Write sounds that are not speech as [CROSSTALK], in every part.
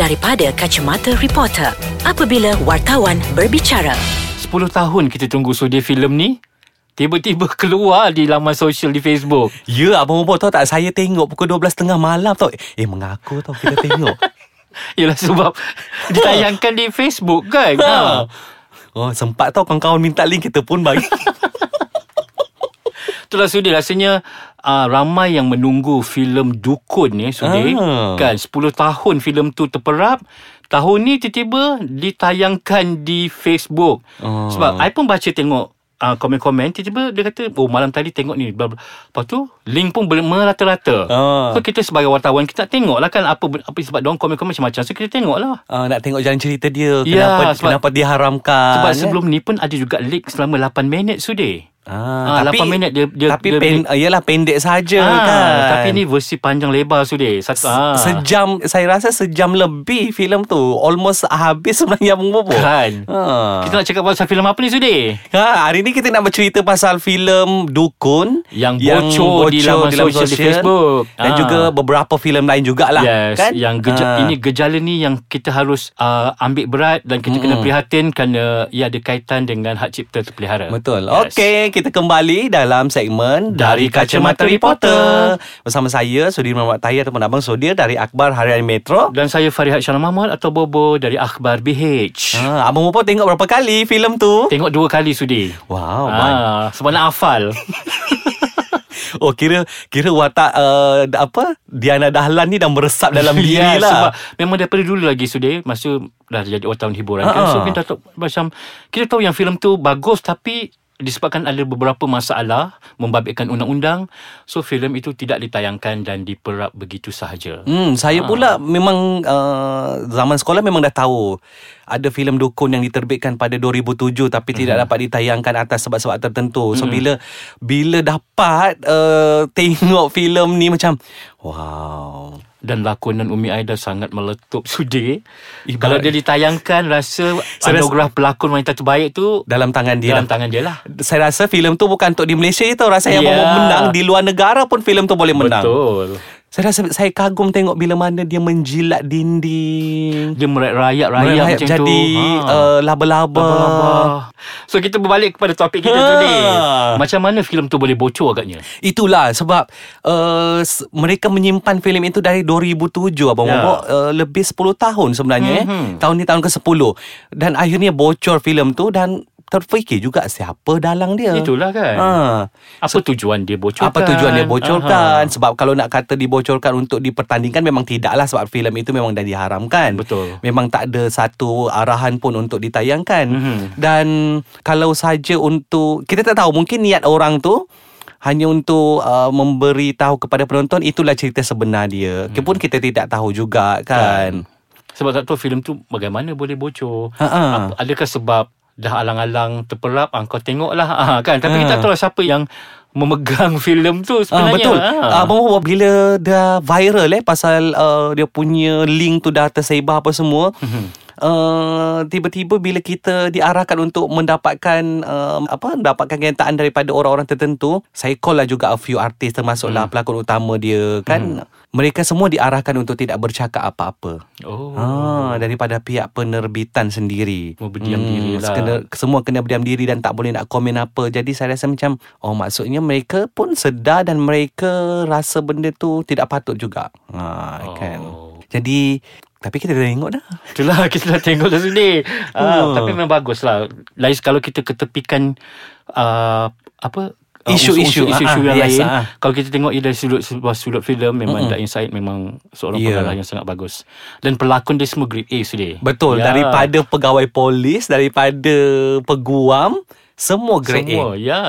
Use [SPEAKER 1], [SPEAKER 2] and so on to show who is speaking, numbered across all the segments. [SPEAKER 1] daripada kacamata reporter apabila wartawan berbicara.
[SPEAKER 2] 10 tahun kita tunggu sudi filem ni Tiba-tiba keluar di laman sosial di Facebook
[SPEAKER 3] Ya Abang Bobo tahu tak Saya tengok pukul 12.30 malam tau Eh mengaku tau kita tengok
[SPEAKER 2] Yelah sebab Ditayangkan di Facebook kan [LAUGHS] ha.
[SPEAKER 3] ha. Oh sempat tau kawan-kawan minta link kita
[SPEAKER 2] [LAUGHS]
[SPEAKER 3] pun bagi
[SPEAKER 2] Itulah Sudi lah, Rasanya uh, Ramai yang menunggu filem Dukun ni Sudi
[SPEAKER 3] Ah.
[SPEAKER 2] Kan 10 tahun filem tu terperap Tahun ni tiba-tiba Ditayangkan di Facebook
[SPEAKER 3] Ah.
[SPEAKER 2] Sebab I pun baca tengok uh, Komen-komen Tiba-tiba dia kata Oh malam tadi tengok ni bla bla. Lepas tu Link pun ber- merata-rata
[SPEAKER 3] Ah.
[SPEAKER 2] So kita sebagai wartawan Kita nak tengok lah kan Apa, apa sebab diorang komen-komen macam-macam So kita tengok lah
[SPEAKER 3] uh, Nak tengok jalan cerita dia
[SPEAKER 2] Ya,
[SPEAKER 3] Kenapa,
[SPEAKER 2] sebab-
[SPEAKER 3] kenapa dia haramkan
[SPEAKER 2] sebab
[SPEAKER 3] eh?
[SPEAKER 2] sebelum ni pun ada juga leak selama 8 minit sudah.
[SPEAKER 3] Ah,
[SPEAKER 2] Ah, 8 minit dia- dia- dia-
[SPEAKER 3] tapi pen, dia, yalah pendek saja
[SPEAKER 2] Ah,
[SPEAKER 3] kan.
[SPEAKER 2] Tapi ni versi panjang lebar sudah. Satu ah.
[SPEAKER 3] sejam saya rasa sejam lebih filem tu almost habis sebenarnya Abang Bobo.
[SPEAKER 2] Kan.
[SPEAKER 3] Ha.
[SPEAKER 2] Kita nak cakap pasal filem apa ni sudah?
[SPEAKER 3] Ha, hari ni kita nak bercerita pasal filem Dukun
[SPEAKER 2] Yang bocor di laman sosial di Facebook.
[SPEAKER 3] dan
[SPEAKER 2] Ah.
[SPEAKER 3] juga beberapa filem lain jugalah
[SPEAKER 2] Yes,
[SPEAKER 3] kan?
[SPEAKER 2] yang geja- ini gejala ni yang kita harus uh, ambil berat dan kita kena prihatin kerana ia ada kaitan dengan hak cipta terpelihara. Yes.
[SPEAKER 3] Betul. Yes. Okey, kita kembali dalam segmen dari Kacamata Reporter. Bersama saya Sudirman Mat Tahir ataupun Abang Sudir dari Akhbar Harian Metro.
[SPEAKER 2] Dan saya Farihat Syah Mahmud atau Bobo dari Akhbar BH.
[SPEAKER 3] Ha, Abang Bobo tengok berapa kali filem tu?
[SPEAKER 2] Tengok dua kali sudi.
[SPEAKER 3] Ah. Wow, ha.
[SPEAKER 2] ah, sebab nak
[SPEAKER 3] [LAUGHS]
[SPEAKER 2] hafal.
[SPEAKER 3] Oh kira kira watak uh, apa Diana Dahlan ni dah meresap dalam
[SPEAKER 2] [LAUGHS]
[SPEAKER 3] diri
[SPEAKER 2] Ya,
[SPEAKER 3] lah.
[SPEAKER 2] Sebab memang daripada dulu lagi Sudir Masa dah jadi wartawan hiburan kan So
[SPEAKER 3] Ha-ha.
[SPEAKER 2] kita tahu macam Kita tahu yang filem tu bagus tapi disebabkan ada beberapa masalah membabitkan undang-undang so filem itu tidak ditayangkan dan diperap begitu sahaja Ah.
[SPEAKER 3] Hmm, saya pula memang uh, zaman sekolah memang dah tahu ada filem dukun yang diterbitkan pada 2007 tapi
[SPEAKER 2] Mhm.
[SPEAKER 3] tidak dapat ditayangkan atas sebab-sebab tertentu. So bila bila dapat uh, [LAUGHS] tengok filem ni macam wow.
[SPEAKER 2] dan lakonan Umi Aida sangat meletup Sudir kalau dia ditayangkan rasa
[SPEAKER 3] Saya rasa-
[SPEAKER 2] anugerah pelakon wanita terbaik tu
[SPEAKER 3] Dalam tangan dia.
[SPEAKER 2] dalam
[SPEAKER 3] lah.
[SPEAKER 2] tangan dia lah
[SPEAKER 3] Saya rasa filem tu bukan untuk di Malaysia je tau. Rasa yang
[SPEAKER 2] Ya.
[SPEAKER 3] yeah. menang di luar negara pun filem tu boleh menang.
[SPEAKER 2] betul
[SPEAKER 3] Saya rasa saya kagum tengok bila mana dia menjilat dinding.
[SPEAKER 2] dia merayak-rayak
[SPEAKER 3] Merayap
[SPEAKER 2] macam tu
[SPEAKER 3] jadi
[SPEAKER 2] Ha.
[SPEAKER 3] uh, laba-laba.
[SPEAKER 2] Abang. Ah. So kita berbalik kepada topik kita
[SPEAKER 3] Ha.
[SPEAKER 2] today. Macam mana filem tu boleh bocor agaknya?
[SPEAKER 3] Itulah sebab uh, s- mereka menyimpan filem itu dari 2007 abang
[SPEAKER 2] Ya. Mhm.
[SPEAKER 3] yeah. Bobo uh, lebih 10 tahun sebenarnya mm-hmm. eh. Tahun ni tahun ke-10 dan akhirnya bocor filem tu dan terfikir juga siapa dalang dia.
[SPEAKER 2] Itulah kan.
[SPEAKER 3] Ha.
[SPEAKER 2] Apa tujuan dia bocorkan? Ah.
[SPEAKER 3] Apa tujuan dia
[SPEAKER 2] Aha.
[SPEAKER 3] bocorkan? Sebab kalau nak kata dibocorkan untuk dipertandingkan memang tidaklah sebab filem itu memang dah diharamkan.
[SPEAKER 2] Betul.
[SPEAKER 3] Memang tak ada satu arahan pun untuk ditayangkan.
[SPEAKER 2] Mhm.
[SPEAKER 3] Dan kalau saja untuk kita tak tahu mungkin niat orang tu hanya untuk uh, memberi tahu kepada penonton itulah cerita sebenar dia. Hmm.
[SPEAKER 2] Mhm.
[SPEAKER 3] Pun kita tidak tahu juga kan.
[SPEAKER 2] Sebab tak tahu filem tu bagaimana boleh bocor.
[SPEAKER 3] Ha, ha.
[SPEAKER 2] Apa- Adakah sebab dah alang-alang terperap ah, kau tengoklah ah, kan tapi
[SPEAKER 3] Ha.
[SPEAKER 2] kita tak tahu siapa yang memegang [LAUGHS] filem tu
[SPEAKER 3] Ah,
[SPEAKER 2] sebenarnya.
[SPEAKER 3] betul.
[SPEAKER 2] Ah.
[SPEAKER 3] Ah. Abang Bobo bila dah viral eh pasal uh, dia punya link tu dah tersebar apa semua.
[SPEAKER 2] Mhm.
[SPEAKER 3] Uh, tiba-tiba bila kita diarahkan untuk mendapatkan uh, apa mendapatkan kenyataan daripada orang-orang tertentu saya call lah juga a few artis
[SPEAKER 2] Mhm.
[SPEAKER 3] termasuklah pelakon utama dia kan mereka semua diarahkan untuk tidak bercakap apa-apa
[SPEAKER 2] Oh.
[SPEAKER 3] Ah, daripada pihak penerbitan sendiri.
[SPEAKER 2] Oh, berdiam diri lah.
[SPEAKER 3] Kena, semua kena berdiam diri dan tak boleh nak komen apa. Jadi saya rasa macam, oh maksudnya mereka pun sedar dan mereka rasa benda tu tidak patut juga. Ha, oh. kan.
[SPEAKER 2] Oh.
[SPEAKER 3] Jadi, tapi kita dah tengok dah.
[SPEAKER 2] Itulah [LAUGHS] kita dah tengok dah sendiri. Ah,
[SPEAKER 3] Hmm.
[SPEAKER 2] tapi memang bagus lah. Lain kalau kita ketepikan uh, apa ah, unsur-unsur-
[SPEAKER 3] Isu-isu.
[SPEAKER 2] isu-isu
[SPEAKER 3] Ah, ah,
[SPEAKER 2] yang
[SPEAKER 3] yes,
[SPEAKER 2] lain.
[SPEAKER 3] ah.
[SPEAKER 2] Kalau kita tengok ia dari sudut sebuah sudut filem memang The Inside memang seorang
[SPEAKER 3] Ya.
[SPEAKER 2] pengarah yang sangat bagus. Dan pelakon dia semua grade A sudah. Ya.
[SPEAKER 3] Betul, ya. daripada pegawai polis, daripada peguam, semua grade
[SPEAKER 2] semua,
[SPEAKER 3] A.
[SPEAKER 2] ya,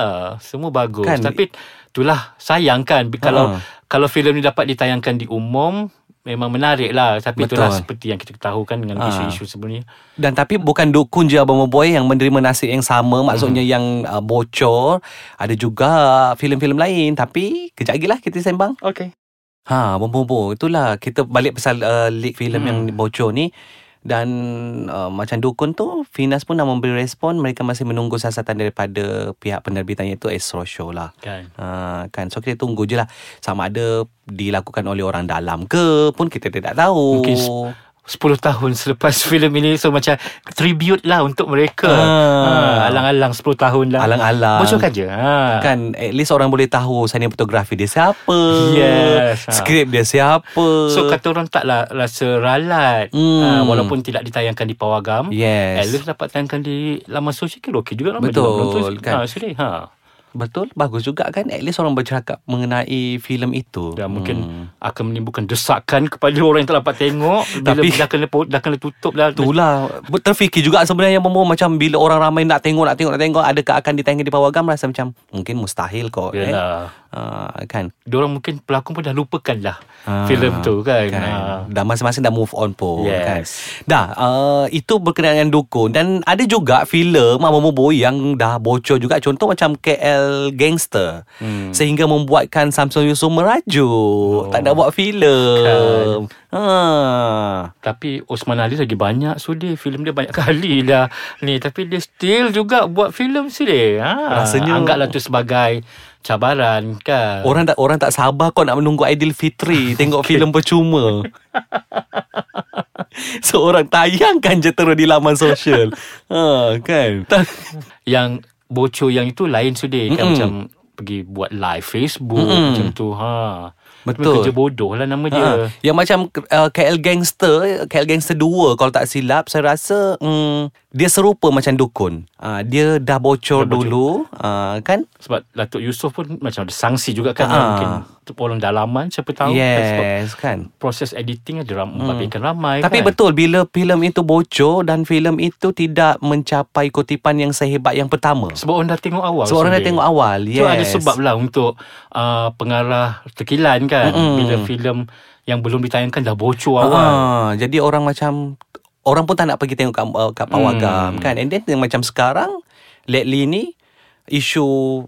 [SPEAKER 2] semua bagus.
[SPEAKER 3] Kan? Ah.
[SPEAKER 2] Tapi itulah sayang kan Bi- kalau kalau filem ni dapat ditayangkan di umum memang menarik lah. Tapi itulah
[SPEAKER 3] Betul.
[SPEAKER 2] seperti yang kita tahu kan dengan
[SPEAKER 3] Ah.
[SPEAKER 2] isu-isu sebelumnya.
[SPEAKER 3] Dan tapi bukan dukun je Abang Boy yang menerima nasib yang sama Maksudnya hmm. yang uh, bocor Ada juga filem-filem lain Tapi kejap lagi lah kita sembang
[SPEAKER 2] Okay.
[SPEAKER 3] Ha, bobo-bobo. Itulah kita balik pasal uh, leak filem
[SPEAKER 2] Hmm.
[SPEAKER 3] hmm. yang bocor ni dan uh, macam dukun tu Finas pun dah memberi respon mereka masih menunggu siasatan daripada pihak penerbitan iaitu Astro Show lah.
[SPEAKER 2] Kan.
[SPEAKER 3] Ha, kan so kita tunggu je lah sama ada dilakukan oleh orang dalam ke pun kita tidak tahu
[SPEAKER 2] Mungkin s- 10 tahun selepas [LAUGHS] filem ini So macam Tribute lah untuk mereka
[SPEAKER 3] Ah.
[SPEAKER 2] ha, Alang-alang 10 tahun lah
[SPEAKER 3] Alang-alang.
[SPEAKER 2] Bocorkan je ha.
[SPEAKER 3] Kan at least orang boleh tahu Senior fotografi dia siapa
[SPEAKER 2] Yes, ha.
[SPEAKER 3] Skrip dia siapa
[SPEAKER 2] So kata orang taklah rasa ralat
[SPEAKER 3] Hmm.
[SPEAKER 2] ha, Walaupun tidak ditayangkan di Pawagam At
[SPEAKER 3] Yes.
[SPEAKER 2] least dapat tayangkan di laman sosial kan okey juga ramai
[SPEAKER 3] Betul,
[SPEAKER 2] juga penonton.
[SPEAKER 3] kan?
[SPEAKER 2] ha, Sedih ha.
[SPEAKER 3] Betul Bagus juga kan At least orang bercakap Mengenai filem itu Hmm.
[SPEAKER 2] Dan Ya, mungkin akan menimbulkan desakan kepada orang yang tak dapat
[SPEAKER 3] [LAUGHS]
[SPEAKER 2] tengok Bila
[SPEAKER 3] Tapi-
[SPEAKER 2] dah kena, po- dah kena tutup lah. dah
[SPEAKER 3] Itulah Ber- Terfikir juga sebenarnya Momo Macam bila orang ramai nak tengok Nak tengok Nak tengok Adakah akan ditayangkan di Pawagam Rasa macam Mungkin mustahil kot eh?
[SPEAKER 2] Yalah.
[SPEAKER 3] uh, Kan
[SPEAKER 2] Diorang mungkin pelakon pun dah lupakan lah filem tu kan.
[SPEAKER 3] Ah, kan.
[SPEAKER 2] Ah.
[SPEAKER 3] Dah masing-masing dah move on pun
[SPEAKER 2] Yes.
[SPEAKER 3] kan. Dah uh, itu berkenaan dengan dukun dan ada juga filem Mama Boy yang dah bocor juga contoh macam KL Gangster hmm. sehingga membuatkan Samsul Yusof merajuk oh. tak nak buat
[SPEAKER 2] Kan.
[SPEAKER 3] filem. Ha.
[SPEAKER 2] Tapi Osman Ali lagi banyak sudi filem dia banyak kali dah ni tapi dia still juga buat filem sudi. Ha.
[SPEAKER 3] Rasanya- Oh.
[SPEAKER 2] anggaplah tu sebagai cabaran kan.
[SPEAKER 3] Orang tak orang tak sabar kau nak
[SPEAKER 2] [LAUGHS]
[SPEAKER 3] menunggu Aidilfitri tengok filem percuma. [LAUGHS] Seorang tayangkan je terus di laman
[SPEAKER 2] [LAUGHS]
[SPEAKER 3] sosial. ha kan.
[SPEAKER 2] yang bocor yang itu lain sudi kan
[SPEAKER 3] Mm-mm.
[SPEAKER 2] macam pergi buat live Facebook
[SPEAKER 3] Mm-mm.
[SPEAKER 2] macam tu ha.
[SPEAKER 3] Betul.
[SPEAKER 2] Kerja bodoh lah nama dia.
[SPEAKER 3] Ha, yang macam uh, KL Gangster, KL Gangster 2 kalau tak silap saya rasa mm, dia serupa macam dukun. Uh, dia dah bocor
[SPEAKER 2] Dah bocor.
[SPEAKER 3] dulu uh, kan?
[SPEAKER 2] Sebab Datuk Yusof pun macam ada sanksi juga kan.
[SPEAKER 3] Ah.
[SPEAKER 2] Mungkin tu orang dalaman siapa tahu. kan. Sebab
[SPEAKER 3] yes, kan.
[SPEAKER 2] proses editing ada ram- membabitkan ramai
[SPEAKER 3] Tapi
[SPEAKER 2] kan.
[SPEAKER 3] betul bila filem itu bocor dan filem itu tidak mencapai kutipan yang sehebat yang pertama.
[SPEAKER 2] Sebab orang dah tengok awal.
[SPEAKER 3] So orang dah
[SPEAKER 2] sendiri.
[SPEAKER 3] tengok awal. Yes.
[SPEAKER 2] So ada sebab lah untuk uh, pengarah tekilan kan.
[SPEAKER 3] Mm-mm.
[SPEAKER 2] Bila filem yang belum ditayangkan dah bocor awal.
[SPEAKER 3] Ah, jadi orang macam orang pun tak nak pergi tengok kat, uh, kat
[SPEAKER 2] Hmm.
[SPEAKER 3] Pawagam kan. And then yang macam sekarang lately ni isu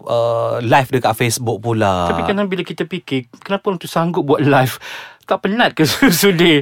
[SPEAKER 3] uh, live dekat Facebook pula.
[SPEAKER 2] Tapi kan kadang bila kita fikir, kenapa orang tu sanggup buat live? Tak penat ke [LAUGHS] sudi?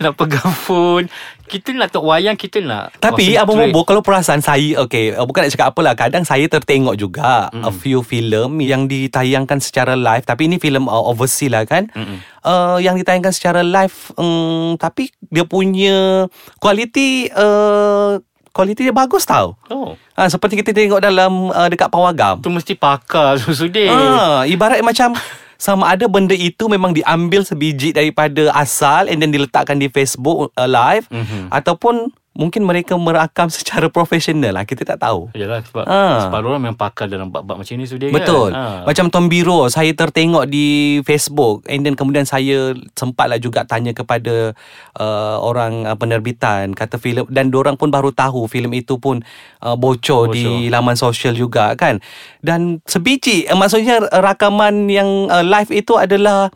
[SPEAKER 2] Nak pegang phone. Kita nak tengok wayang, kita nak.
[SPEAKER 3] Tapi Abang
[SPEAKER 2] concentrate.
[SPEAKER 3] Bobo kalau perasan saya okay, uh, bukan nak cakap apalah kadang saya tertengok juga
[SPEAKER 2] Hmm.
[SPEAKER 3] mm. a few filem yang ditayangkan secara live tapi ini filem uh, overseas lah kan.
[SPEAKER 2] Hmm.
[SPEAKER 3] Mm. Uh, yang ditayangkan secara live um, tapi dia punya kualiti uh, kualiti dia bagus tau.
[SPEAKER 2] Oh.
[SPEAKER 3] Ha, seperti kita tengok dalam uh, dekat Pawagam.
[SPEAKER 2] Tu mesti pakar [LAUGHS] sudi.
[SPEAKER 3] Ah, ibarat macam sama ada benda itu memang diambil sebiji daripada asal and then diletakkan di Facebook uh, live
[SPEAKER 2] Mhm.
[SPEAKER 3] mm-hmm. ataupun mungkin mereka merakam [LAUGHS] secara profesional lah kita tak tahu.
[SPEAKER 2] Yalah sebab
[SPEAKER 3] Ah.
[SPEAKER 2] separuh orang memang pakar dalam bab-bab macam ni sudi
[SPEAKER 3] Betul.
[SPEAKER 2] kan. Ah.
[SPEAKER 3] Macam Tom Biro saya tertengok di Facebook and then kemudian saya sempatlah juga tanya kepada uh, orang uh, penerbitan kata filem dan orang pun baru tahu filem itu pun uh, bocor,
[SPEAKER 2] Bocor.
[SPEAKER 3] bocor di laman sosial juga kan. Dan sebiji uh, maksudnya uh, rakaman yang uh, live itu adalah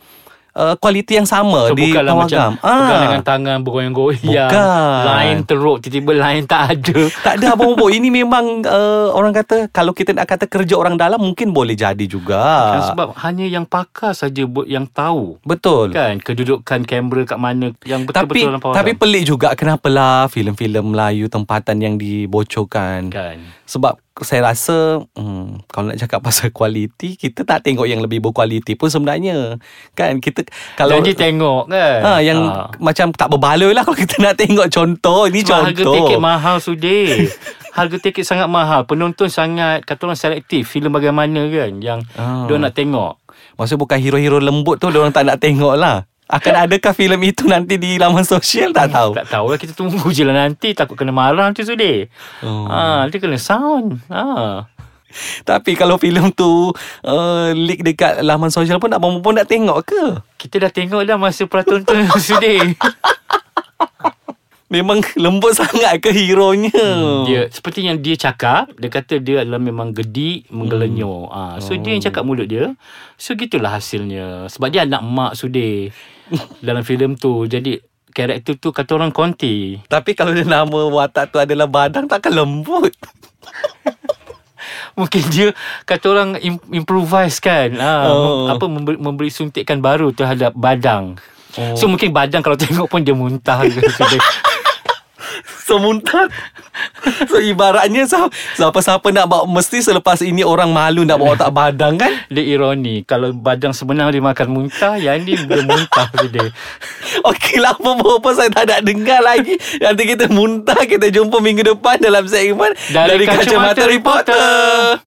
[SPEAKER 3] uh, kualiti yang sama
[SPEAKER 2] So,
[SPEAKER 3] di Ah.
[SPEAKER 2] bukanlah
[SPEAKER 3] Pawagam.
[SPEAKER 2] macam pegang dengan tangan bergoyang-goyang.
[SPEAKER 3] Bukan.
[SPEAKER 2] Line teruk, tiba-tiba line tak ada.
[SPEAKER 3] Tak ada abang boy Ini memang uh, orang kata Kalau kita nak kata kerja orang dalam Mungkin boleh jadi juga
[SPEAKER 2] Kan sebab hanya yang pakar saja buat yang tahu.
[SPEAKER 3] Betul
[SPEAKER 2] Kan kedudukan kamera kat mana yang
[SPEAKER 3] tapi
[SPEAKER 2] betul-betul nampak
[SPEAKER 3] tapi
[SPEAKER 2] orang.
[SPEAKER 3] pelik juga kenapalah filem-filem Melayu tempatan yang dibocorkan.
[SPEAKER 2] kan.
[SPEAKER 3] Sebab saya rasa hmm, kalau nak cakap [LAUGHS] pasal kualiti kita tak tengok yang lebih berkualiti pun sebenarnya. Kan kita
[SPEAKER 2] Kalau
[SPEAKER 3] kalau
[SPEAKER 2] Janji tengok kan.
[SPEAKER 3] ha yang macam tak berbaloi lah kalau [LAUGHS] kita nak tengok contoh ini
[SPEAKER 2] Sebab harga
[SPEAKER 3] contoh.
[SPEAKER 2] tiket mahal sudah.
[SPEAKER 3] [LAUGHS]
[SPEAKER 2] harga tiket sangat mahal. Penonton sangat kata orang selektif filem bagaimana kan yang
[SPEAKER 3] Ah.
[SPEAKER 2] dia nak tengok.
[SPEAKER 3] Maksudnya bukan hero-hero lembut tu orang tak nak tengok lah. Akan adakah filem itu nanti di laman sosial
[SPEAKER 2] [LAUGHS]
[SPEAKER 3] tak tahu.
[SPEAKER 2] Ya. Tak tahulah kita tunggu [LAUGHS] je lah nanti takut kena marah nanti sudah.
[SPEAKER 3] Oh.
[SPEAKER 2] Ah, dia kena sound. Ah.
[SPEAKER 3] Tapi kalau filem tu uh, leak dekat laman sosial pun nak pun nak tengok ke?
[SPEAKER 2] Kita dah tengok dah masa [LAUGHS] peraturan sudah.
[SPEAKER 3] Memang [LAUGHS] lembut sangat ke hero-nya. Hmm,
[SPEAKER 2] Dia seperti yang dia cakap, dia kata dia adalah memang gedik, menggelenyur. Hmm. Ha, so oh. dia yang cakap mulut dia. So gitulah hasilnya. Sebab dia anak mak [LAUGHS] Sudir dalam filem tu. Jadi karakter tu kata orang konti.
[SPEAKER 3] Tapi kalau dia nama watak tu adalah badang takkan lembut. [LAUGHS]
[SPEAKER 2] Mungkin dia kata orang im- improvise kan. Ha,
[SPEAKER 3] Oh.
[SPEAKER 2] oh. apa memberi, memberi suntikan baru terhadap badang.
[SPEAKER 3] Oh.
[SPEAKER 2] [LAUGHS] So mungkin badang kalau tengok pun dia muntah ke Sudir.
[SPEAKER 3] So muntah [LAUGHS] So ibaratnya so, Siapa-siapa nak bawa Mesti selepas ini Orang malu nak bawa tak badang kan [LAUGHS]
[SPEAKER 2] Dia ironi Kalau badang sebenar dia makan muntah Yang ni dia muntah sudah
[SPEAKER 3] Okey lah Apa-apa saya tak nak dengar lagi Nanti kita muntah Kita jumpa minggu depan Dalam segmen
[SPEAKER 2] Dari Kacamata Reporter.